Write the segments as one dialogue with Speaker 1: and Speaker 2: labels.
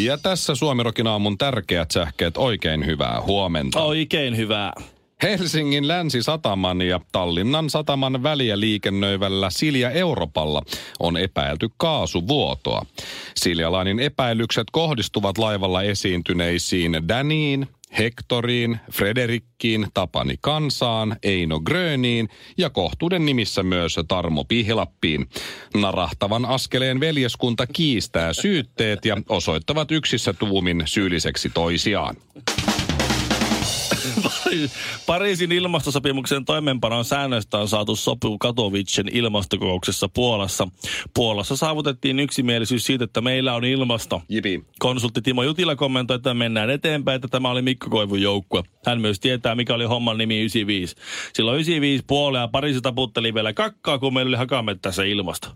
Speaker 1: Ja tässä Suomirokin aamun tärkeät sähkeet. Oikein hyvää huomenta.
Speaker 2: Oikein hyvää.
Speaker 1: Helsingin länsisataman ja Tallinnan sataman väliä liikennöivällä Silja Europalla on epäilty kaasuvuotoa. Siljalainen epäilykset kohdistuvat laivalla esiintyneisiin Daniin, Hektoriin, Frederikkiin, Tapani Kansaan, Eino Gröniin ja kohtuuden nimissä myös Tarmo Pihlappiin. Narahtavan askeleen veljeskunta kiistää syytteet ja osoittavat yksissä tuumin syylliseksi toisiaan.
Speaker 2: Pariisin ilmastosopimuksen toimeenpanon säännöistä on saatu sopu Katowicen ilmastokokouksessa Puolassa. Puolassa saavutettiin yksimielisyys siitä, että meillä on ilmasto.
Speaker 1: Jipi.
Speaker 2: Konsultti Timo Jutila kommentoi, että mennään eteenpäin, että tämä oli Mikko Koivun joukkue. Hän myös tietää, mikä oli homman nimi 95. Silloin 95 puolella Pariisi taputteli vielä kakkaa, kun meillä oli hakamettässä ilmasto.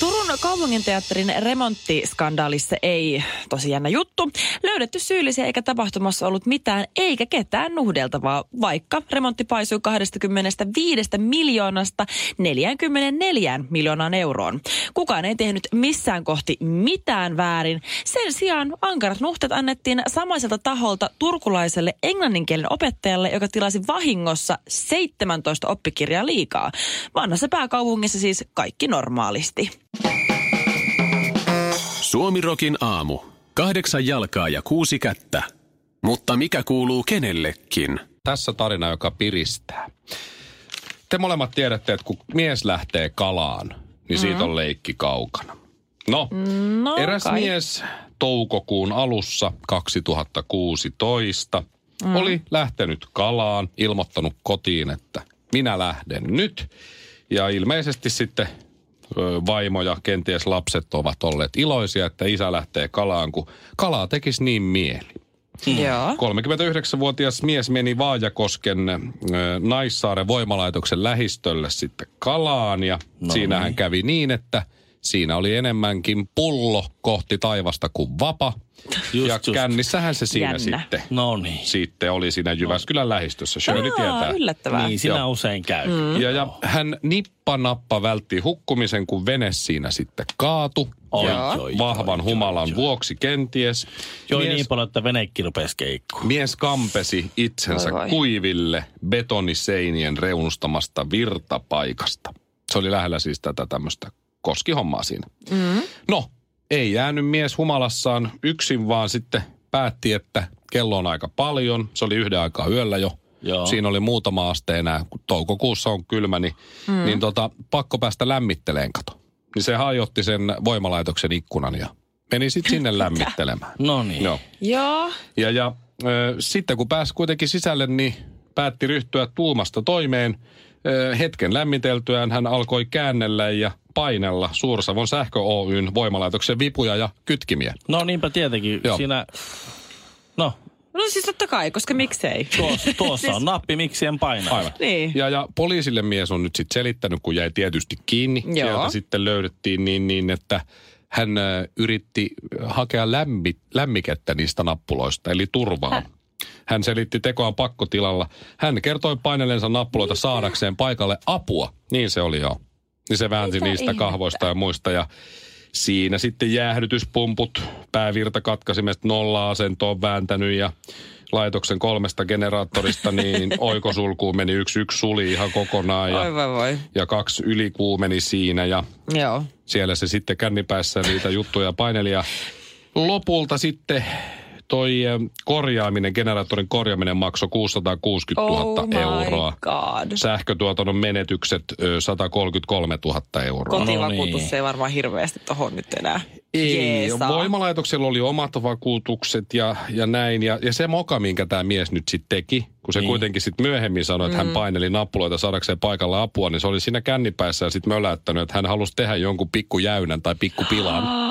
Speaker 3: Turun kaupunginteatterin remonttiskandaalissa ei tosi jännä juttu. Löydetty syyllisiä eikä tapahtumassa ollut mitään eikä ketään nuhdeltavaa, vaikka remontti paisui 25 miljoonasta 44 miljoonaan euroon. Kukaan ei tehnyt missään kohti mitään väärin. Sen sijaan ankarat nuhteet annettiin samaiselta taholta turkulaiselle englanninkielen opettajalle, joka tilasi vahingossa 17 oppikirjaa liikaa. Vanhassa pääkaupungissa siis kaikki normaalisti.
Speaker 4: Suomirokin aamu. Kahdeksan jalkaa ja kuusi kättä. Mutta mikä kuuluu kenellekin?
Speaker 1: Tässä tarina, joka piristää. Te molemmat tiedätte, että kun mies lähtee kalaan, niin mm-hmm. siitä on leikki kaukana. No,
Speaker 3: No,
Speaker 1: eräs
Speaker 3: kai.
Speaker 1: mies toukokuun alussa 2016 mm. oli lähtenyt kalaan, ilmoittanut kotiin, että minä lähden nyt. Ja ilmeisesti sitten ö, vaimo ja kenties lapset ovat olleet iloisia, että isä lähtee kalaan, kun kalaa tekisi niin mieli.
Speaker 3: Mm. Joo.
Speaker 1: 39-vuotias mies meni Vaajakosken ö, Naissaaren voimalaitoksen lähistölle sitten kalaan ja no siinähän niin. kävi niin, että siinä oli enemmänkin pullo kohti taivasta kuin vapa.
Speaker 2: Just,
Speaker 1: ja
Speaker 2: just.
Speaker 1: kännissähän se siinä
Speaker 3: Jännä.
Speaker 1: sitten,
Speaker 2: No niin.
Speaker 1: sitten oli siinä Jyväskylän lähistössä. Shirley no tietää.
Speaker 3: Aa, yllättävää.
Speaker 2: Niin, siinä
Speaker 1: Joo.
Speaker 2: usein käy. Mm.
Speaker 1: Ja, ja hän nippanappa vältti hukkumisen, kun vene siinä sitten kaatu.
Speaker 2: Oi,
Speaker 1: ja
Speaker 2: oi,
Speaker 1: vahvan
Speaker 2: oi, oi,
Speaker 1: humalan
Speaker 2: oi.
Speaker 1: vuoksi kenties.
Speaker 2: Joi
Speaker 1: Mies-
Speaker 2: niin paljon, että venekin rupesi keikkuun.
Speaker 1: Mies kampesi itsensä
Speaker 3: Voi
Speaker 1: vai
Speaker 3: voi.
Speaker 1: kuiville betoniseinien reunustamasta virtapaikasta. Se oli lähellä siis tätä tämmöistä koskihommaa siinä. Mm. No, ei jäänyt mies humalassaan yksin, vaan sitten päätti, että kello on aika paljon. Se oli yhden aikaa yöllä jo.
Speaker 2: Joo.
Speaker 1: Siinä oli muutama aste enää, kun toukokuussa on kylmä, niin, mm. niin tota, pakko päästä lämmitteleen kato. Niin se hajotti sen voimalaitoksen ikkunan ja meni sitten sinne lämmittelemään.
Speaker 2: No niin.
Speaker 1: Joo.
Speaker 3: Joo.
Speaker 1: Ja, ja ö, sitten kun pääsi kuitenkin sisälle, niin päätti ryhtyä tuumasta toimeen. Ö, hetken lämmiteltyään hän alkoi käännellä ja painella Suursavon sähkö Oyn voimalaitoksen vipuja ja kytkimiä.
Speaker 2: No niinpä tietenkin.
Speaker 1: Joo.
Speaker 2: Joo. Siinä, no,
Speaker 3: No siis totta kai, koska miksei.
Speaker 2: tuossa, tuossa
Speaker 1: Siis-
Speaker 2: on nappi, miksi en paina.
Speaker 1: Aivan.
Speaker 3: Niin.
Speaker 1: Ja, ja poliisille mies on nyt sitten selittänyt, kun jäi tietysti kiinni.
Speaker 3: Joo.
Speaker 1: Sieltä sitten löydettiin niin, niin että hän ö, yritti hakea lämmi, lämmikettä niistä nappuloista, eli turvaa. Hän selitti tekoa pakkotilalla. Hän kertoi paineleensa nappuloita
Speaker 3: Niin.
Speaker 1: saadakseen paikalle apua. Niin se oli joo. Niin se väänsi
Speaker 3: Mitä
Speaker 1: niistä
Speaker 3: ihmettä?
Speaker 1: kahvoista ja muista ja siinä sitten jäähdytyspumput päävirta katkasimesta nolla-asentoon vääntänyt ja laitoksen kolmesta generaattorista niin oikosulkuun meni yksi, yksi suli ihan kokonaan ja,
Speaker 3: Oi voi voi.
Speaker 1: ja kaksi ylikuumeni siinä ja
Speaker 3: Joo.
Speaker 1: siellä se sitten kännipäissä niitä juttuja paineli ja lopulta sitten toi eh, korjaaminen, generaattorin korjaaminen maksoi 660 000
Speaker 3: Oh my
Speaker 1: euroa.
Speaker 3: god.
Speaker 1: Sähkötuotannon menetykset ö, 133 000 euroa.
Speaker 3: Kotivakuutus
Speaker 2: No
Speaker 3: no
Speaker 2: niin.
Speaker 3: niin. ei varmaan hirveästi tohon nyt enää.
Speaker 1: Ei,
Speaker 3: jeesaa.
Speaker 1: voimalaitoksella oli omat vakuutukset ja, ja näin. Ja, ja se moka, minkä tämä mies nyt sitten teki, kun se niin. kuitenkin sitten myöhemmin sanoi, että mm. hän paineli nappuloita saadakseen paikalla apua, niin se oli siinä kännipäissä ja sitten möläyttänyt, että hän halusi tehdä jonkun pikkujäynän tai pikkupilan.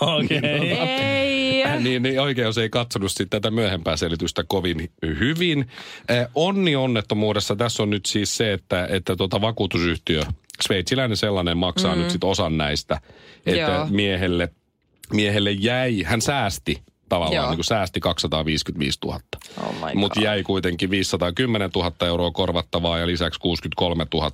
Speaker 2: Okei. Okay.
Speaker 3: Ei.
Speaker 1: Niin, niin oikeus ei katsonut sit tätä myöhempää selitystä kovin hyvin. Eh, Onni onnettomuudessa tässä on nyt siis se, että, että tuota vakuutusyhtiö, sveitsiläinen sellainen, maksaa mm. nyt sit osan näistä, että
Speaker 3: Joo.
Speaker 1: miehelle, miehelle jäi, hän säästi tavallaan,
Speaker 3: Joo.
Speaker 1: niin kuin säästi 255 000.
Speaker 3: Oh my
Speaker 1: Mutta
Speaker 3: God.
Speaker 1: jäi kuitenkin 510 000 euroa korvattavaa ja lisäksi 63 000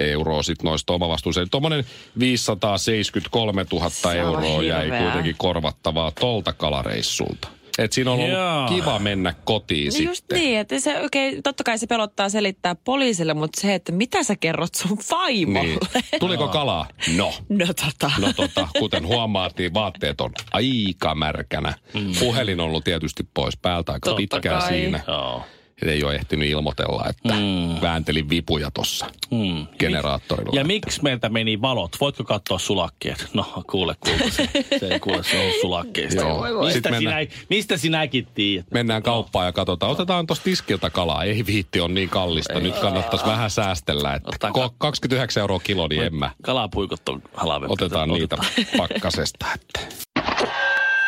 Speaker 1: euroa sitten noista omavastuuseen. Tuommoinen 573 000
Speaker 3: Se on
Speaker 1: euroa jäi
Speaker 3: hirveää.
Speaker 1: kuitenkin korvattavaa tolta kalareissulta. Et siinä on ollut
Speaker 2: Jaa.
Speaker 1: kiva mennä kotiin
Speaker 3: No
Speaker 1: sitten.
Speaker 3: just niin, että se okei, totta kai se pelottaa selittää poliisille, mutta se, että mitä sä kerrot sun
Speaker 1: Niin.
Speaker 3: vaimolle.
Speaker 1: Tuliko kalaa? No.
Speaker 3: No tota.
Speaker 1: No tota, kuten huomaat, niin vaatteet on aika märkänä.
Speaker 2: Mm.
Speaker 1: Puhelin on ollut tietysti pois päältä aika
Speaker 3: Totta
Speaker 1: pitkään
Speaker 3: kai.
Speaker 1: siinä.
Speaker 2: Joo.
Speaker 1: Et Ei ole ehtinyt ilmoitella, että
Speaker 2: Mm.
Speaker 1: vääntelin vipuja tuossa
Speaker 2: Hmm.
Speaker 1: generaattorilla.
Speaker 2: Ja miksi meiltä meni valot? Voitko katsoa sulakkeet? No kuule, kuule se, se ei kuule se on sulakkeista.
Speaker 1: Joo. Voi voi.
Speaker 2: Mistä,
Speaker 1: Sitten
Speaker 2: sinä, mistä sinäkin tiedät?
Speaker 1: Mennään kauppaan ja katsotaan. Otetaan tuosta tiskiltä kalaa. Ei viitti, on niin kallista. Nyt kannattaisi vähän säästellä. Että
Speaker 2: Otetaan
Speaker 1: ko- 29 euroa kilo, niin en mä.
Speaker 2: Kalapuikot on halavempia.
Speaker 1: Otetaan niitä pakkasesta. Että.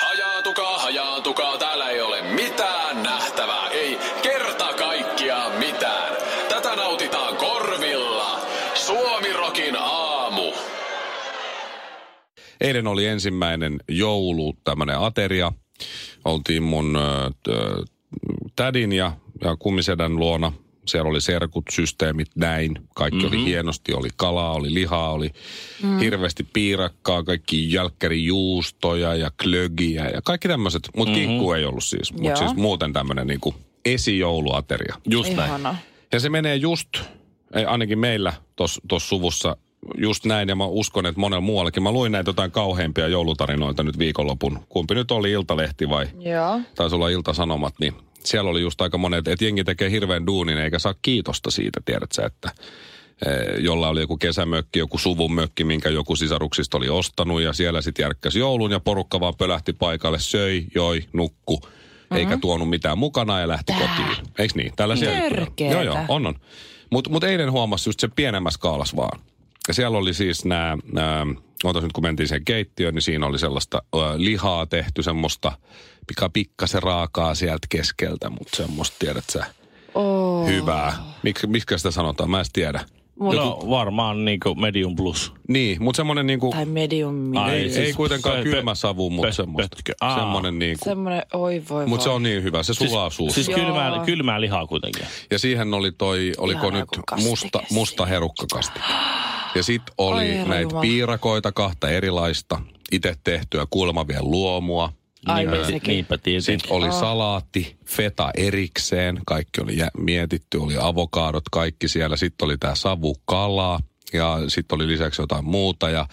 Speaker 4: Hajaantukaa, hajaantukaa, täällä ei ole mitään nähtävää, ei kerta kaikkiaan mitään. Tätä nautitaan korvilla. Suomirokin aamu.
Speaker 1: Eilen oli ensimmäinen joulu, tämmöinen ateria. Oltiin mun ö, ö, tädin ja, ja kummisedän luona. Siellä oli serkut, systeemit, näin. Kaikki mm-hmm. oli hienosti, oli kalaa, oli lihaa, oli mm. hirveästi piirakkaa, kaikki jälkkärijuustoja ja klögiä ja kaikki tämmöiset. Mutta mm-hmm. kinkku ei ollut siis,
Speaker 3: Joo.
Speaker 1: mutta siis muuten tämmöinen niinku esijouluateria.
Speaker 2: Just näin.
Speaker 3: Ihana.
Speaker 1: Ja se menee just, ei, ainakin meillä tuossa suvussa, just näin. Ja mä uskon, että monella muuallakin. Mä luin näitä jotain kauheimpia joulutarinoita nyt viikonlopun. Kumpi nyt oli Iltalehti vai
Speaker 3: Joo.
Speaker 1: taisi olla Iltasanomat, niin siellä oli just aika monet, että jengi tekee hirveän duunin eikä saa kiitosta siitä, tiedät sä, että eh, jolla oli joku kesämökki, joku suvun mökki, minkä joku sisaruksista oli ostanut ja siellä sitten järkkäsi joulun ja porukka vaan pölähti paikalle, söi, joi, nukku, mm-hmm. eikä tuonut mitään mukana ja lähti
Speaker 3: Tää.
Speaker 1: kotiin. Eiks niin? Tällaisia juttuja.
Speaker 3: Törkeetä.
Speaker 1: Joo, joo, on on. Mutta mut eilen huomasi just se pienemmässä skaalas vaan. Ja siellä oli siis nämä, ootas nyt kun mentiin sen keittiöön, niin siinä oli sellaista ö, lihaa tehty, semmoista, mikä pikkasen raakaa sieltä keskeltä, mutta semmoista, tiedät sä,
Speaker 3: Oh.
Speaker 1: hyvää. Mik, miksi sitä sanotaan? Mä en edes tiedä.
Speaker 2: No varmaan niinku medium plus.
Speaker 1: Niin, mutta semmoinen niinku,
Speaker 3: Tai medium.
Speaker 2: Ai,
Speaker 1: ei, ei
Speaker 2: siis
Speaker 1: kuitenkaan
Speaker 2: pö- pö-
Speaker 1: kylmä savu,
Speaker 2: pö-
Speaker 1: mutta semmoista.
Speaker 2: pötkö. Aa.
Speaker 1: Semmoinen niinku,
Speaker 3: Semmoinen, oi voi
Speaker 1: mutta se
Speaker 3: voi.
Speaker 1: on niin hyvä, se sulaa suussa.
Speaker 2: Siis
Speaker 3: Joo.
Speaker 2: kylmää, kylmää lihaa kuitenkin.
Speaker 1: Ja siihen oli toi, oliko
Speaker 3: Ihanaa,
Speaker 1: nyt
Speaker 3: kun kastike
Speaker 1: musta,
Speaker 3: siinä.
Speaker 1: musta herukkakastike. Ja sit oli
Speaker 3: Oi herra
Speaker 1: näitä
Speaker 3: jumala.
Speaker 1: piirakoita, kahta erilaista, itse tehtyä kulmavien luomua.
Speaker 3: Ai,
Speaker 2: Niinpä-
Speaker 3: niin sekin.
Speaker 2: Niinpä tietenkin.
Speaker 1: Sitten oli salaatti, feta erikseen, kaikki oli jä- mietitty, oli avokaadot kaikki siellä. Sitten oli tämä savukala ja sitten oli lisäksi jotain muuta ja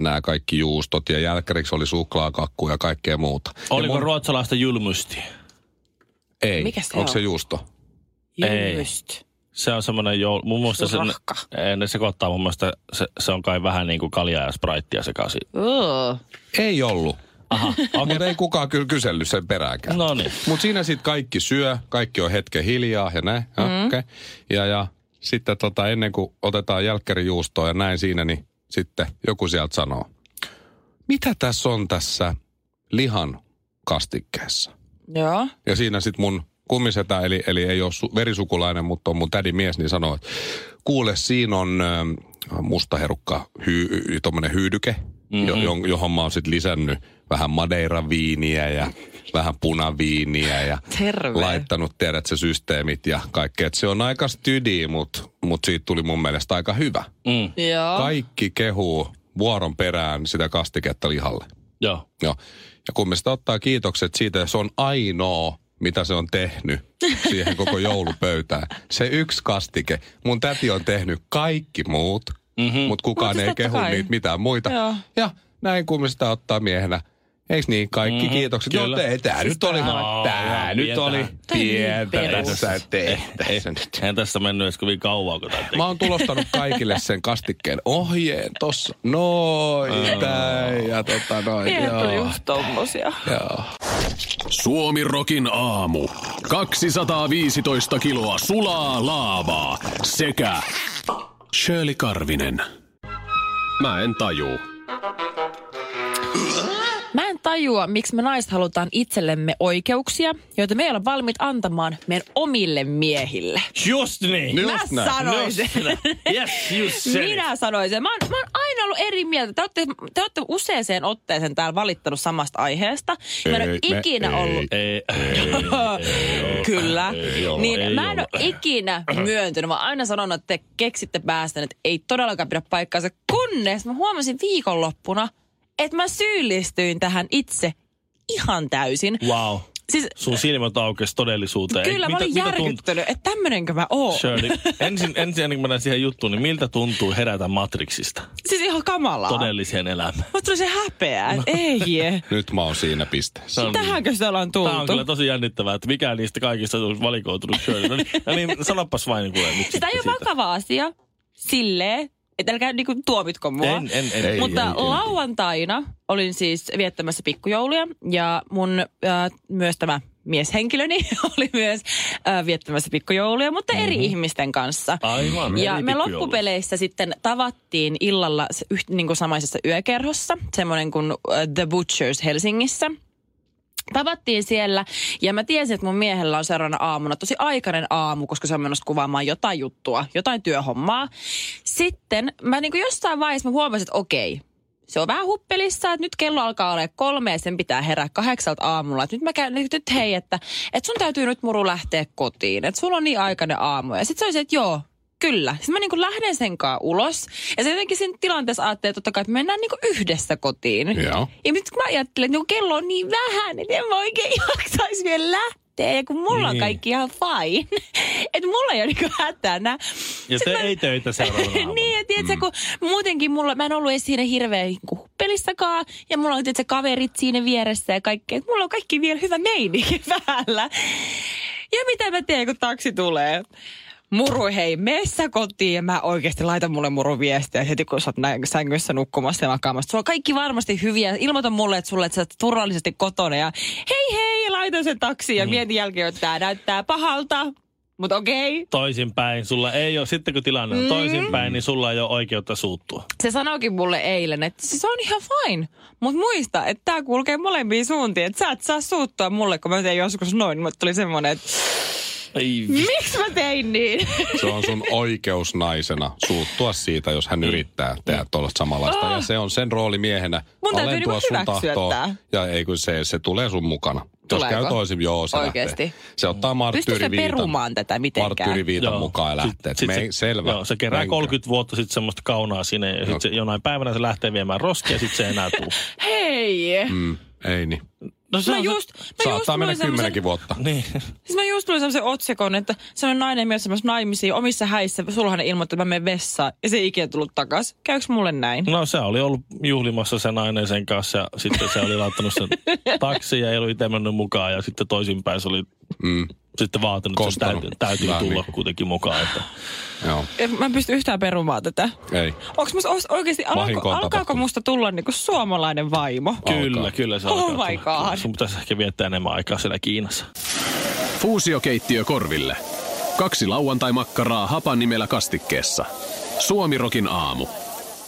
Speaker 1: nämä kaikki juustot ja jälkkäriksi oli suklaakakku ja kaikkea muuta.
Speaker 2: Oliko
Speaker 1: ja mun-
Speaker 2: ruotsalaista julmusti?
Speaker 1: Ei,
Speaker 3: Mikä se
Speaker 1: onko
Speaker 3: on?
Speaker 1: se juusto? niin,
Speaker 2: Ei.
Speaker 3: Just.
Speaker 2: Se on semmoinen joulu. Mun mielestä se,
Speaker 3: Surahka.
Speaker 2: ne, ne sekoittaa mun mielestä, se, se on kai vähän niin kuin kaljaa ja spraittia sekaisin.
Speaker 3: Oh.
Speaker 1: Ei ollut. Aha, Mutta ei kukaan kyllä kysellyt sen peräänkään.
Speaker 2: No niin.
Speaker 1: Mutta siinä sitten kaikki syö, kaikki on hetken hiljaa ja näin. Ja,
Speaker 2: Mhm.
Speaker 1: mm. okay. ja, ja sitten tota, ennen kuin otetaan jälkkärijuustoa ja näin siinä, niin sitten joku sieltä sanoo, mitä tässä on tässä lihan kastikkeessa?
Speaker 3: Joo.
Speaker 1: Ja siinä sitten mun kummisetä, eli, eli ei ole su- verisukulainen, mutta on mun tädin mies, niin sanoo, että kuule, siinä on ö, mustaherukka, hy- tommonen hyydyke, mm-hmm. jo, jon- johon mä oon sit lisännyt vähän madeiraviiniä ja vähän punaviiniä ja
Speaker 3: Terve.
Speaker 1: laittanut, tiedät se systeemit ja kaikkea. Et se on aika stydi, mutta mut siitä tuli mun mielestä aika hyvä.
Speaker 2: Mm,
Speaker 3: Joo.
Speaker 1: Kaikki kehuu vuoron perään sitä kastiketta lihalle.
Speaker 2: joo.
Speaker 1: Joo. Ja kun me sitä ottaa kiitokset siitä, ja se on ainoa, mitä se on tehnyt siihen koko joulupöytään. Se yksi kastike. Mun täti on tehnyt kaikki muut, mm-hmm. mutta kukaan
Speaker 3: Mutta
Speaker 1: ei
Speaker 3: totta
Speaker 1: kehu
Speaker 3: kai.
Speaker 1: niitä mitään muita.
Speaker 3: Joo.
Speaker 1: Ja näin kun me sitä ottaa miehenä. Eiks niin? Kaikki mm-hmm. kiitokset. Joo,
Speaker 2: Kyllä.
Speaker 1: tää, tää nyt oli,
Speaker 2: No,
Speaker 1: tää
Speaker 2: joo,
Speaker 1: nyt
Speaker 2: pientä.
Speaker 1: oli
Speaker 3: Tää oli
Speaker 1: pientä
Speaker 3: niin perus.
Speaker 1: tässä
Speaker 2: Ei,
Speaker 1: tehtäessä nyt.
Speaker 2: en tästä mennyt edes kovin kauan, kun tämä
Speaker 1: Mä oon tulostanut kaikille sen kastikkeen ohjeen tossa. Noin, päin ja tota noin.
Speaker 3: Miehet on
Speaker 1: Joo.
Speaker 3: just tommosia.
Speaker 1: Joo.
Speaker 4: Suomirokin aamu. 215 kiloa sulaa laavaa sekä Shirley Karvinen. Mä en tajuu.
Speaker 3: tajua, miksi me naiset halutaan itsellemme oikeuksia, joita me ei ole valmiit antamaan meidän omille miehille.
Speaker 2: Just niin.
Speaker 1: Just
Speaker 3: Mä
Speaker 1: näin. No,
Speaker 3: sanoin sen.
Speaker 2: Yes, you said it.
Speaker 3: Minä sanoin sen. Mä oon, mä oon aina ollut eri mieltä. Te olette, te olette useaseen otteeseen täällä valittanut samasta aiheesta. Mä en ole
Speaker 1: Ei, me-
Speaker 3: ikinä
Speaker 1: ei.
Speaker 3: ollut.
Speaker 2: Ei,
Speaker 3: Kyllä.
Speaker 2: Ei olla,
Speaker 3: niin
Speaker 2: ei
Speaker 3: mä en ole ikinä myöntynyt. Mä oon aina sanonut, että te keksitte päästä, että ei todellakaan pidä paikkaansa. Kunnes mä huomasin viikonloppuna, että mä syyllistyin tähän itse ihan täysin.
Speaker 2: wow.
Speaker 3: Siis
Speaker 2: Sun silmät aukesi todellisuuteen.
Speaker 3: kyllä mä olin Oh.
Speaker 2: tuntuu,
Speaker 3: järkyttynyt, että tämmönenkö mä oon.
Speaker 2: Shirley, niin ensin, ensin ennen kuin mennään siihen juttuun, niin miltä tuntuu herätä Matrixista
Speaker 3: Siis ihan kamalaa.
Speaker 2: todelliseen elämään?
Speaker 3: Musta tuli se häpeä, että ei.
Speaker 1: Nyt mä oon siinä pisteessä.
Speaker 2: Se on-
Speaker 3: Tähänkö sitä ollaan tultu?
Speaker 2: Tämä on kyllä tosi jännittävää, että mikä niistä kaikista on valikoitunut Shirley. No niin, no niin sanopas vain, niin kuule. nyt
Speaker 3: Sitä
Speaker 2: sitten
Speaker 3: ei ole
Speaker 2: siitä.
Speaker 3: vakava asia silleen, että älkää niinku tuomitko mua.
Speaker 2: En, en, en.
Speaker 1: Ei,
Speaker 3: Mutta
Speaker 1: ei, ei.
Speaker 3: lauantaina olin siis viettämässä pikkujouluja ja mun äh, myös tämä mieshenkilöni oli myös äh, viettämässä pikkujouluja, mutta eri
Speaker 1: Mhm.
Speaker 3: ihmisten kanssa.
Speaker 1: Ah,
Speaker 2: Aivan.
Speaker 3: Ja
Speaker 2: eri
Speaker 3: me
Speaker 2: pikkujoulu.
Speaker 3: loppupeleissä sitten tavattiin illalla se yht, niin kuin samaisessa yökerhossa, semmoinen kuin äh, The Butchers Helsingissä. Tavattiin siellä ja mä tiesin, että mun miehellä on seuraavana aamuna tosi aikainen aamu, koska se on menossa kuvaamaan jotain juttua, jotain työhommaa. Sitten mä niin kuin jossain vaiheessa mä huomasin, että okei, se on vähän huppelissa, että nyt kello alkaa olla kolme ja sen pitää herää kahdeksalta aamulla. Että nyt mä käyn, nyt nyt hei, että, että sun täytyy nyt muru lähteä kotiin, että sulla on niin aikainen aamu. Ja sit se oli se, että joo, kyllä. Sitten mä niin lähden sen kanssa ulos. Ja se jotenkin siinä tilanteessa ajattelee totta kai, että me mennään niin yhdessä kotiin.
Speaker 1: Joo.
Speaker 3: Ja nyt kun mä ajattelen, että niinku kello on niin vähän, että en mä oikein jaksaisi vielä lähteä. Ja kun mulla on
Speaker 2: Niin.
Speaker 3: kaikki ihan fine, että mulla ei ole niinku hätänä.
Speaker 2: Ja
Speaker 3: Sit
Speaker 2: te
Speaker 3: mä-
Speaker 2: ei töitä seuraavana aamuna.
Speaker 3: niin, ja tiedätkö, kun muutenkin mulla, mä en ollut edes siinä hirveän niinku huppelissakaan, ja mulla on tiedätkö, kaverit siinä vieressä ja kaikkea. Et Mulla on kaikki vielä hyvä meininki päällä. Ja mitä mä teen, kun taksi tulee? Muru, hei, messä kotiin ja mä oikeasti laitan mulle muru viestiä heti, kun sä oot näin sängyssä nukkumassa ja makaamassa. Sulla on kaikki varmasti hyviä. Ilmoita mulle, että sulle, että sä oot turvallisesti kotona ja hei hei, ja laitan sen taksiin ja mietin jälkeen, että tää näyttää pahalta. Mutta okei,
Speaker 2: Toisinpäin, sulla ei ole, sitten kun tilanne
Speaker 3: Mm.
Speaker 2: on toisinpäin, niin sulla ei ole oikeutta suuttua.
Speaker 3: se sanoikin mulle eilen, että se on ihan fine. Mutta muista, että tämä kulkee molempiin suuntiin. Että sä et saa suuttua mulle, kun mä tein joskus noin. Mutta tuli semmoinen, että
Speaker 2: Ei
Speaker 3: miksi mä tein niin?
Speaker 1: Se on sun oikeus naisena suuttua siitä, jos hän yrittää tehdä tuollaista samanlaista. Ja se on sen rooli miehenä
Speaker 3: Mun täytyy
Speaker 1: alentua
Speaker 3: niinku
Speaker 1: sun
Speaker 3: hyväksyä
Speaker 1: tahtoon.
Speaker 3: tää.
Speaker 1: Ja ei kun se, se tulee sun mukana. Jos
Speaker 3: Tuleeko?
Speaker 1: käy toisin, joo se
Speaker 3: Oikeesti?
Speaker 1: lähtee. Se ottaa
Speaker 3: Pystyykö me
Speaker 1: marttyyriviitan.
Speaker 3: perumaan tätä mitenkään?
Speaker 1: Marttyyriviitan mukaan ja lähtee. Et me ei-
Speaker 2: se,
Speaker 1: selvä. No.
Speaker 2: Joo, se kerää
Speaker 1: Menkää.
Speaker 2: 30 vuotta sitten semmoista kaunaa sinne ja sit
Speaker 1: Joo.
Speaker 2: se, jonain päivänä se lähtee viemään roskia ja sitten se ei enää tuu.
Speaker 3: Hei!
Speaker 1: Mm, ei niin.
Speaker 2: No se
Speaker 3: Mä
Speaker 2: on se-
Speaker 3: just, mä just
Speaker 1: Saattaa mennä
Speaker 3: luin semmosen,
Speaker 1: kymmenenkin vuotta.
Speaker 2: Niin.
Speaker 3: siis mä just luin semmoisen otsikon, että semmoinen nainen mies semmoisen naimisiin omissa häissä. Sulhanen ilmoitti, että mä menen vessaan ja se ei ikinä tullut takas. Käyks mulle näin?
Speaker 2: No se oli ollut juhlimassa sen nainen sen kanssa ja sitten se oli laittanut sen taksiin ja ei ollut itse mennyt mukaan ja sitten toisinpäin se oli
Speaker 1: Mm,
Speaker 2: sitten vaatinut, että sen
Speaker 1: Kostanut.
Speaker 2: täytyy, täytyy
Speaker 1: Vähän
Speaker 2: tulla
Speaker 1: niin kuin.
Speaker 2: kuitenkin mukaan. Että.
Speaker 1: joo,
Speaker 3: Et Mä en pysty yhtään perumaan tätä.
Speaker 1: ei.
Speaker 3: Onks musta ois- oikeesti,
Speaker 1: Vahinko
Speaker 3: alko,
Speaker 1: on
Speaker 3: alkaako
Speaker 1: tapahtunut.
Speaker 3: musta tulla niinku suomalainen vaimo?
Speaker 2: Kyllä,
Speaker 1: Alkaa.
Speaker 2: kyllä se
Speaker 3: Oh
Speaker 2: alkaa
Speaker 3: my
Speaker 2: tulla. Kyllä,
Speaker 3: God.
Speaker 2: Sun pitäisi ehkä viettää enemmän aikaa siellä Kiinassa.
Speaker 4: Fuusiokeittiö korville. Kaksi lauantai-makkaraa hapan nimellä kastikkeessa. Suomirokin aamu.
Speaker 1: Niin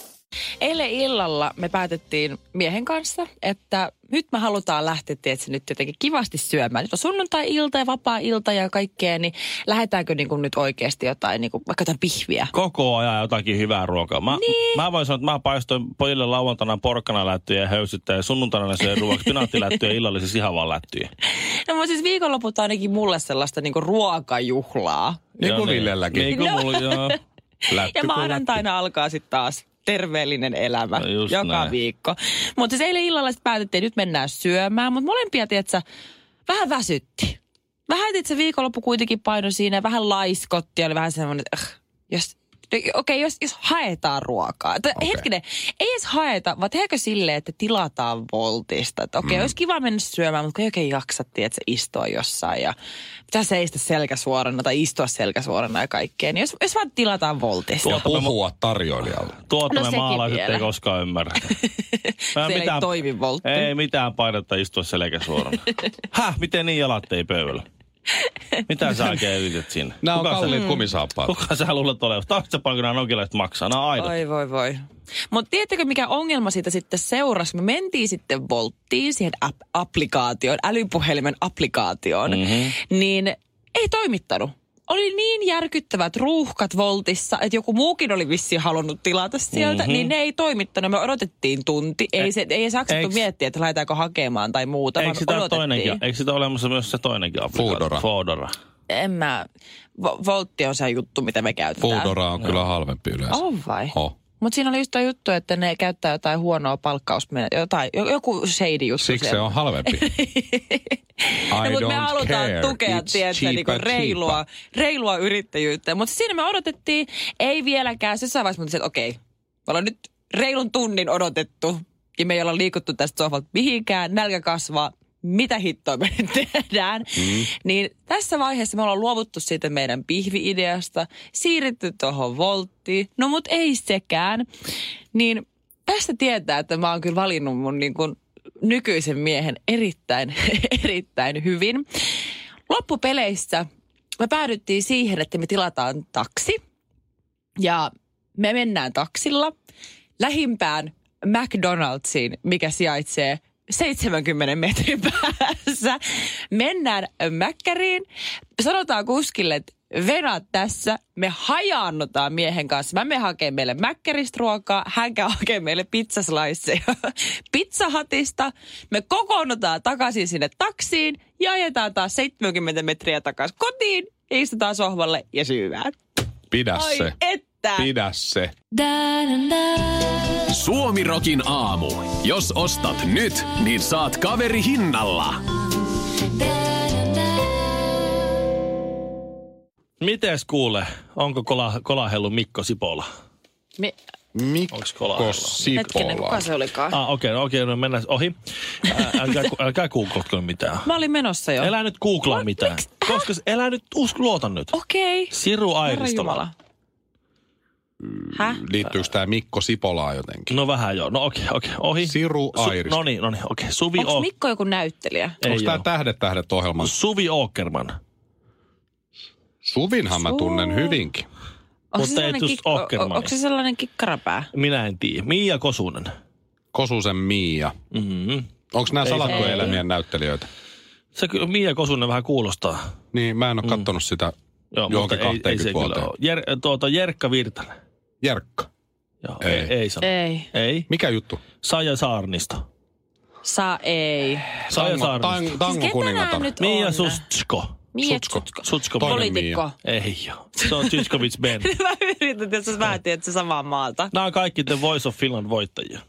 Speaker 3: Eilen illalla me päätettiin miehen kanssa, että nyt me halutaan lähteä tietysti nyt jotenkin kivasti syömään. Nyt on sunnuntai-ilta ja vapaa-ilta ja kaikkea, niin lähdetäänkö niin kuin nyt oikeasti jotain, niin kuin, vaikka jotain pihviä?
Speaker 2: koko ajan jotakin hyvää ruokaa. Mä, niin. mä voin sanoa, että mä paistoin pojille lauantaina porkkanalättyjä ja höysyttä ja sunnuntaina ne söi ruoaksi pinaattilättyjä ja illallisessa ihan vaan lättyjä.
Speaker 1: Niin
Speaker 3: No mutta siis viikonloput on ainakin mulle sellaista niin kuin ruokajuhlaa.
Speaker 1: Niin
Speaker 2: Joo,
Speaker 1: kuin Villelläkin.
Speaker 2: Niin kuin
Speaker 3: No.
Speaker 2: mulla, joo.
Speaker 1: Lätty
Speaker 3: Ja
Speaker 1: kuin
Speaker 3: maanantaina alkaa sitten taas terveellinen elämä
Speaker 2: No just
Speaker 3: joka
Speaker 2: näin.
Speaker 3: viikko. Mutta siis eilen illalla sit päätettiin, että nyt mennään syömään, mutta molempia, tietsä, vähän väsytti. Vähän, tietsä, viikonloppu kuitenkin paino siinä, vähän laiskotti, oli vähän semmoinen, että äh, jos Okei, okay, jos, jos haetaan ruokaa. Okay.
Speaker 1: Okei.
Speaker 3: Hetkinen, ei edes haeta, vaan tehdäänkö silleen, että tilataan voltista. Että okei, okay, mm. olisi kiva mennä syömään, mutta kun ei oikein jaksa, että istua jossain ja pitää seistä selkä suorana tai istua selkä suorana ja kaikkea. Niin jos, jos vaan tilataan voltista.
Speaker 1: Ja puhua tarjoilijalle.
Speaker 2: Tuota
Speaker 3: No
Speaker 2: no, me
Speaker 3: sekin
Speaker 2: maalaiset
Speaker 3: vielä.
Speaker 2: ei koskaan ymmärrä. Mä en
Speaker 3: Se ei toimi voltti.
Speaker 2: Ei mitään painetta istua selkä suorana. Häh, miten niin jalat ei pöydällä? Mitä sä oikein yrität siinä?
Speaker 1: Nämä on
Speaker 2: Kuka sä-
Speaker 1: kalliit kumisaappaat.
Speaker 2: Kuka sä luulet olevasi? Tahtsapanko nämä nokilaiset maksaa? Nämä on aidot.
Speaker 3: Ai voi voi. Mutta tiedättekö mikä ongelma siitä sitten seurasi? Me mentiin sitten Volttiin, siihen app- applikaatioon, älypuhelimen applikaatioon, mm-hmm. niin ei toimittanut. Oli niin järkyttävät ruuhkat Voltissa, että joku muukin oli vissiin halunnut tilata sieltä, mm-hmm. niin ne ei toimittanut. Me odotettiin tunti. Ei, se, ei saksattu
Speaker 2: E- eiks-
Speaker 3: miettiä, että laitaanko hakemaan tai muuta,
Speaker 2: Eikö
Speaker 3: vaan
Speaker 2: sitä ole
Speaker 3: odotettiin.
Speaker 2: toinenkin? Eikö sitä ole olemassa myös se toinenkin applikaatio?
Speaker 1: Foodora.
Speaker 2: Foodora.
Speaker 3: En mä... Vo- Voltti on se juttu, mitä me käytetään.
Speaker 1: Foodora on kyllä halvempi yleensä.
Speaker 3: On vai?
Speaker 1: Oh.
Speaker 3: Mutta siinä oli just toi juttu, että ne käyttää jotain huonoa palkkausmenetelmää, jotain, jo- joku shady juttu.
Speaker 1: Siksi se
Speaker 3: siellä.
Speaker 1: on halvempi.
Speaker 3: No,
Speaker 1: I
Speaker 3: mutta me
Speaker 1: don't
Speaker 3: halutaan
Speaker 1: care.
Speaker 3: tukea,
Speaker 1: It's
Speaker 3: tiedätkö,
Speaker 1: cheaper,
Speaker 3: niinku reilua,
Speaker 1: cheaper.
Speaker 3: reilua yrittäjyyttä. Mutta siinä me odotettiin, ei vieläkään. Se vaiheessa mutta että okei, me ollaan nyt reilun tunnin odotettu ja me ei olla liikuttu tästä sohvalta mihinkään, nälkä kasvaa, mitä hittoa me nyt tehdään. Mm. Niin tässä vaiheessa me ollaan luovuttu siitä meidän pihviideasta, siirrytty tuohon volttiin, no mut ei sekään. Niin tästä tietää, että mä oon kyllä valinnut mun niin kun nykyisen miehen erittäin, erittäin hyvin. Loppupeleissä me päädyttiin siihen, että me tilataan taksi ja me mennään taksilla lähimpään McDonald'siin, mikä sijaitsee 70 metrin päässä. Mennään Mäkkäriin, sanotaan kuskille, että venä tässä, me hajaannutaan miehen kanssa. Mä me hakee meille Mäkkäristä ruokaa, hän käy hakee meille pizzaslaisseja pizzahatista. Me kokoonnutaan takaisin sinne taksiin ja ajetaan taas 70 metriä takaisin kotiin, istutaan sohvalle ja syvään.
Speaker 1: Pidä
Speaker 3: Ai
Speaker 1: se.
Speaker 3: että!
Speaker 1: Pidä se.
Speaker 4: Suomirokin aamu. Jos ostat nyt, niin saat kaveri hinnalla.
Speaker 2: Mites kuule, onko kola, kolahellu Mikko Sipola?
Speaker 3: Me,
Speaker 2: Onko kolahellu?
Speaker 3: hetkinen, kuka
Speaker 1: Sipola.
Speaker 3: se olikaan?
Speaker 2: Ah, okei, okay, no, okei, okay, no mennään ohi. Ä, älkää, ku- älkää googlatko mitään.
Speaker 3: Mä olin menossa jo.
Speaker 2: Älä nyt googlaa
Speaker 3: Mä-
Speaker 2: mitään.
Speaker 3: miksi?
Speaker 2: Koska s- älä nyt usko, luota nyt.
Speaker 3: Okei.
Speaker 2: Siru
Speaker 3: Herra Jumala.
Speaker 2: Airistola.
Speaker 1: Mm.
Speaker 3: Häh?
Speaker 1: Liittyykö tämä Mikko Sipolaa jotenkin?
Speaker 2: No vähän joo. No okei, okay, okei, okay, ohi.
Speaker 1: Siru Airistola.
Speaker 2: No niin, no niin, okei. Okay. Suvi
Speaker 3: Onko
Speaker 2: O-
Speaker 3: Mikko joku näyttelijä?
Speaker 2: Ei
Speaker 1: Onko tämä
Speaker 2: oo.
Speaker 1: Tähdet tähdet ohjelman?
Speaker 2: Suvi Åkerman.
Speaker 1: Suvinhan mä tunnen hyvinkin.
Speaker 3: Onko
Speaker 2: Mutta
Speaker 3: se,
Speaker 2: ei
Speaker 3: sellainen
Speaker 2: tuu
Speaker 3: kik- o-
Speaker 2: Åkermania.
Speaker 3: onko se sellainen kikkarapää?
Speaker 2: Minä en tiedä. Miia Kosunen.
Speaker 1: Kosusen Miia.
Speaker 2: Mm-hmm.
Speaker 1: Onko nämä
Speaker 2: Ei
Speaker 1: salakkojen
Speaker 2: se-
Speaker 1: elämien näyttelijöitä?
Speaker 2: Se kyllä Miia Kosunen vähän kuulostaa.
Speaker 1: Niin, mä en ole kattonut sitä
Speaker 2: Joo,
Speaker 1: johonkin
Speaker 2: mutta ei, ei se
Speaker 1: 20
Speaker 2: kyllä
Speaker 1: vuoteen.
Speaker 2: ole. Jer, tuota, Jerkka Virtanen.
Speaker 1: Jerkka.
Speaker 2: Joo,
Speaker 1: Ei.
Speaker 2: ei. Ei, ei sano. Ei.
Speaker 3: Ei.
Speaker 2: ei.
Speaker 1: Mikä juttu?
Speaker 2: Saija Saarnisto.
Speaker 3: Saa ei.
Speaker 2: Saija
Speaker 1: Tango,
Speaker 2: Saarnisto.
Speaker 1: tang, tango
Speaker 3: Siis ketä
Speaker 1: kuningatar.
Speaker 3: nää nyt
Speaker 2: Miia
Speaker 3: on?
Speaker 2: Sustsko.
Speaker 3: Mia
Speaker 1: Sutsko.
Speaker 3: Sutsko.
Speaker 2: Sutsko.
Speaker 1: Toinen
Speaker 3: Poliitikko.
Speaker 2: Ei joo. Se on Zyskovic Ben.
Speaker 3: Mä yritän, että sä päätit, että se samaa maalta.
Speaker 2: Nämä on kaikki The Voice of Finland voittajia.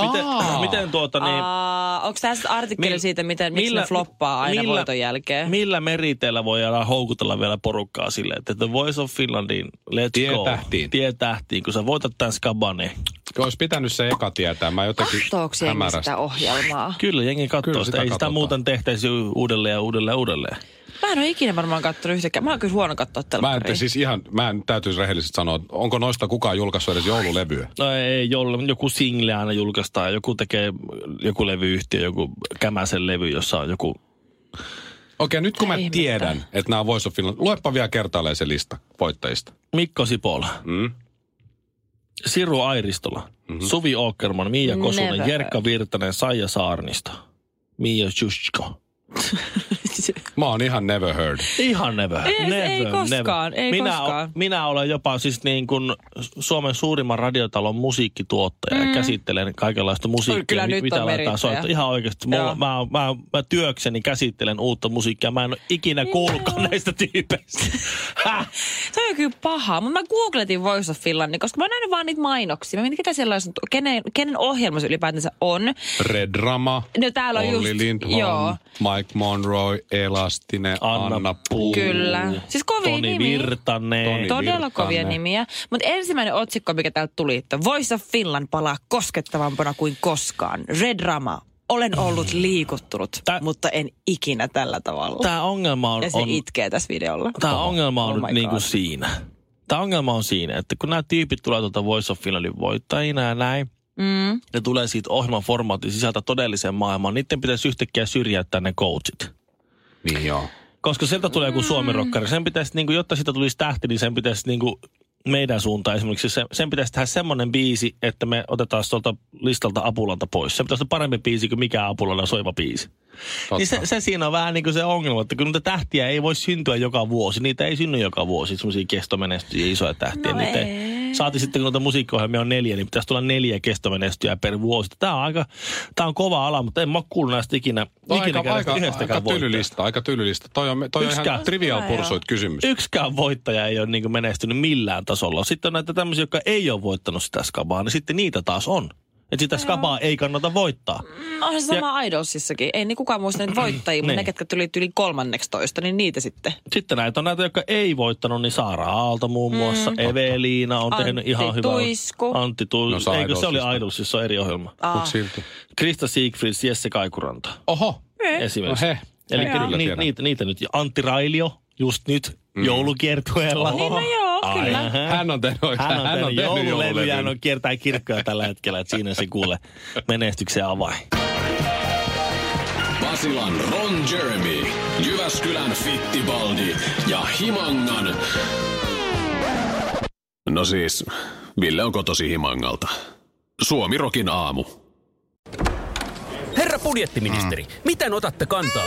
Speaker 2: Miten,
Speaker 1: Aa.
Speaker 2: miten tuota niin...
Speaker 3: Aa, onko tässä artikkeli
Speaker 2: Mil-
Speaker 3: siitä, miten, miksi ne floppaa aina
Speaker 2: millä-
Speaker 3: voiton jälkeen?
Speaker 2: Millä meriteillä voidaan houkutella vielä porukkaa sille, että The Voice of Finlandin Let's
Speaker 1: Tie
Speaker 2: Go.
Speaker 1: tähtiin.
Speaker 2: Tie tähtiin. Kun sä voitat tämän skaban, niin
Speaker 1: Olisi pitänyt se eka tietää. Mä jotenkin
Speaker 3: Tahtooko jengi sitä ohjelmaa?
Speaker 2: kyllä jengi katsoo
Speaker 1: Kyllä
Speaker 2: sitä.
Speaker 1: sitä
Speaker 2: Ei sitä
Speaker 1: katsotaan.
Speaker 2: muuten tehtäisi u- uudelleen ja uudelleen ja uudelleen.
Speaker 3: Mä en ole ikinä varmaan kattonut yhtäkään. Mä oon kyllä huono katsoa
Speaker 1: Mä en,
Speaker 3: telkkaria.
Speaker 1: siis ihan, mä en täytyisi rehellisesti sanoa, että onko noista kukaan julkaissut edes joululevyä?
Speaker 2: No ei, jolle, joku single aina julkaistaan. Joku tekee joku levyyhtiö, joku Kämäsen levy, jossa on joku...
Speaker 1: Okei, nyt kun mä
Speaker 3: Ihmettä.
Speaker 1: tiedän, että nämä on Voice of Finland, luepa vielä kertaalleen se lista voittajista.
Speaker 2: Mikko Sipola. Mm. Siru Airistola. Mm-hmm. Suvi Åkerman, Miia Kosunen,
Speaker 3: Never.
Speaker 2: Jerkka Virtanen, Saija Saarnisto. Miia Jusko.
Speaker 1: Mä oon ihan never heard.
Speaker 2: Ihan never.
Speaker 3: Ei-
Speaker 2: never,
Speaker 3: ei koskaan,
Speaker 2: never.
Speaker 3: ei
Speaker 2: minä,
Speaker 3: koskaan.
Speaker 2: minä olen jopa siis niin kuin Suomen suurimman radiotalon musiikkituottaja mm. ja käsittelen kaikenlaista musiikkia,
Speaker 3: Mm-hmm. kyllä
Speaker 2: mi-
Speaker 3: nyt
Speaker 2: mitä
Speaker 3: on
Speaker 2: laitetaan
Speaker 3: merittäjä.
Speaker 2: soittaa. Ihan oikeasti.
Speaker 3: Joo.
Speaker 2: Mulla, mä, mä, mä, työkseni käsittelen uutta musiikkia. Mä en ole ikinä
Speaker 3: Niin.
Speaker 2: kuullutkaan näistä tyypeistä. Häh?
Speaker 3: Se on kyllä paha, mutta mä googletin Voice of Finland, koska mä oon nähnyt vaan niitä mainoksia. Mä mietin, ketä siellä on, kenen, kenen ohjelma se ylipäätänsä on.
Speaker 1: Red Rama,
Speaker 3: No täällä on
Speaker 1: Olli
Speaker 3: just-
Speaker 1: Lindholm,
Speaker 3: joo.
Speaker 1: Mike Monroy, Elastinen, Anna,
Speaker 2: Anna
Speaker 1: Anna Puu.
Speaker 3: Kyllä. Siis kovia
Speaker 2: Toni
Speaker 3: nimiä.
Speaker 2: Virtanen.
Speaker 1: Toni
Speaker 3: Todella
Speaker 1: Virtanen.
Speaker 3: kovia nimiä. Mutta ensimmäinen otsikko, mikä täältä tuli, että Voice of Finland palaa koskettavampana kuin koskaan. Red Rama. Olen ollut liikuttunut,
Speaker 2: Mm. Tää-
Speaker 3: mutta en ikinä tällä tavalla.
Speaker 2: Tämä ongelma on,
Speaker 3: ja se
Speaker 2: on
Speaker 3: itkee tässä videolla.
Speaker 2: Tämä ongelma on
Speaker 3: Oh
Speaker 2: oh
Speaker 3: my
Speaker 2: nyt niin
Speaker 3: God.
Speaker 2: kuin siinä. Tämä ongelma on siinä, että kun nämä tyypit tulee tuolta Voice of Finlandin voittajina ja näin, mm. ne tulee siitä ohjelman formaatin sisältä todelliseen maailmaan, niiden pitäisi yhtäkkiä syrjäyttää ne coachit.
Speaker 1: Niin joo.
Speaker 2: Koska sieltä tulee
Speaker 3: Mm.
Speaker 2: joku suomirokkari. Sen pitäisi, niin kuin, jotta sitä tulisi tähti, niin sen pitäisi niin kuin, meidän suuntaan esimerkiksi, se, sen pitäisi tehdä semmoinen biisi, että me otetaan tuolta listalta Apulalta pois. Se pitäisi olla parempi biisi kuin mikä Apulalla soiva biisi.
Speaker 1: Totta.
Speaker 2: Niin se, se, siinä on vähän niin kuin se ongelma, että kun niitä tähtiä ei voi syntyä joka vuosi, niitä ei synny joka vuosi, semmoisia kestomenestyjiä, isoja tähtiä.
Speaker 3: No
Speaker 2: niitä
Speaker 3: ei.
Speaker 2: Saati sitten, kun noita musiikkiohjelmia on neljä, niin pitäisi tulla neljä kestomenestyjää per vuosi. Tämä on aika, tämä on kova ala, mutta en mä ole kuullut näistä ikinä, ikinä
Speaker 1: aika, aika, aika
Speaker 2: yhdestäkään voittajasta.
Speaker 1: tylylistä, aika tylylistä. Toi on, toi on ihan
Speaker 2: Yksikään.
Speaker 1: trivial
Speaker 3: Hyvä joo.
Speaker 1: pursuit kysymys.
Speaker 2: yksikään voittaja ei ole niin menestynyt millään tasolla. Sitten on näitä tämmöisiä, jotka ei ole voittanut sitä skabaa, niin sitten niitä taas on. Että sitä skabaa ei kannata voittaa.
Speaker 3: Mm, Onhan se sama Idolsissakin. Ei niin kukaan muista niitä voittajia, mutta
Speaker 2: Niin.
Speaker 3: ne, ketkä tuli yli 13, niin niitä sitten.
Speaker 2: Sitten näitä on näitä, jotka ei voittanut, niin Saara Aalto muun muassa, mm, Eveliina on
Speaker 3: Antti
Speaker 2: tehnyt ihan hyvää.
Speaker 3: Tuisku.
Speaker 2: Antti Tuisku.
Speaker 1: No,
Speaker 2: No,
Speaker 1: se on
Speaker 2: Eikö se oli
Speaker 1: Idolsista.
Speaker 2: Idolsissa, se on eri ohjelma.
Speaker 1: Mut silti.
Speaker 2: Krista Siegfrieds, Jesse Kaikuranta
Speaker 1: Oho,
Speaker 2: esimerkiksi.
Speaker 1: No he.
Speaker 2: Eli
Speaker 1: Joo. Kyllä
Speaker 2: ni,
Speaker 1: tiedän.
Speaker 2: niitä, niitä nyt. Ja Antti Railio, just nyt, mm. joulukiertueella.
Speaker 3: Niin no joo, kyllä.
Speaker 2: Ähä.
Speaker 1: hän on tehnyt
Speaker 2: Hän on tehnyt joululevyjä, hän
Speaker 1: joululevyn.
Speaker 2: on kiertää kirkkoja tällä hetkellä, että siinä se kuule menestyksen avain.
Speaker 4: Basilan Ron Jeremy, Jyväskylän Fittibaldi ja Himangan... No siis, Ville on kotosi Himangalta. Suomi Rokin aamu.
Speaker 5: Herra budjettiministeri, mm. miten otatte kantaa?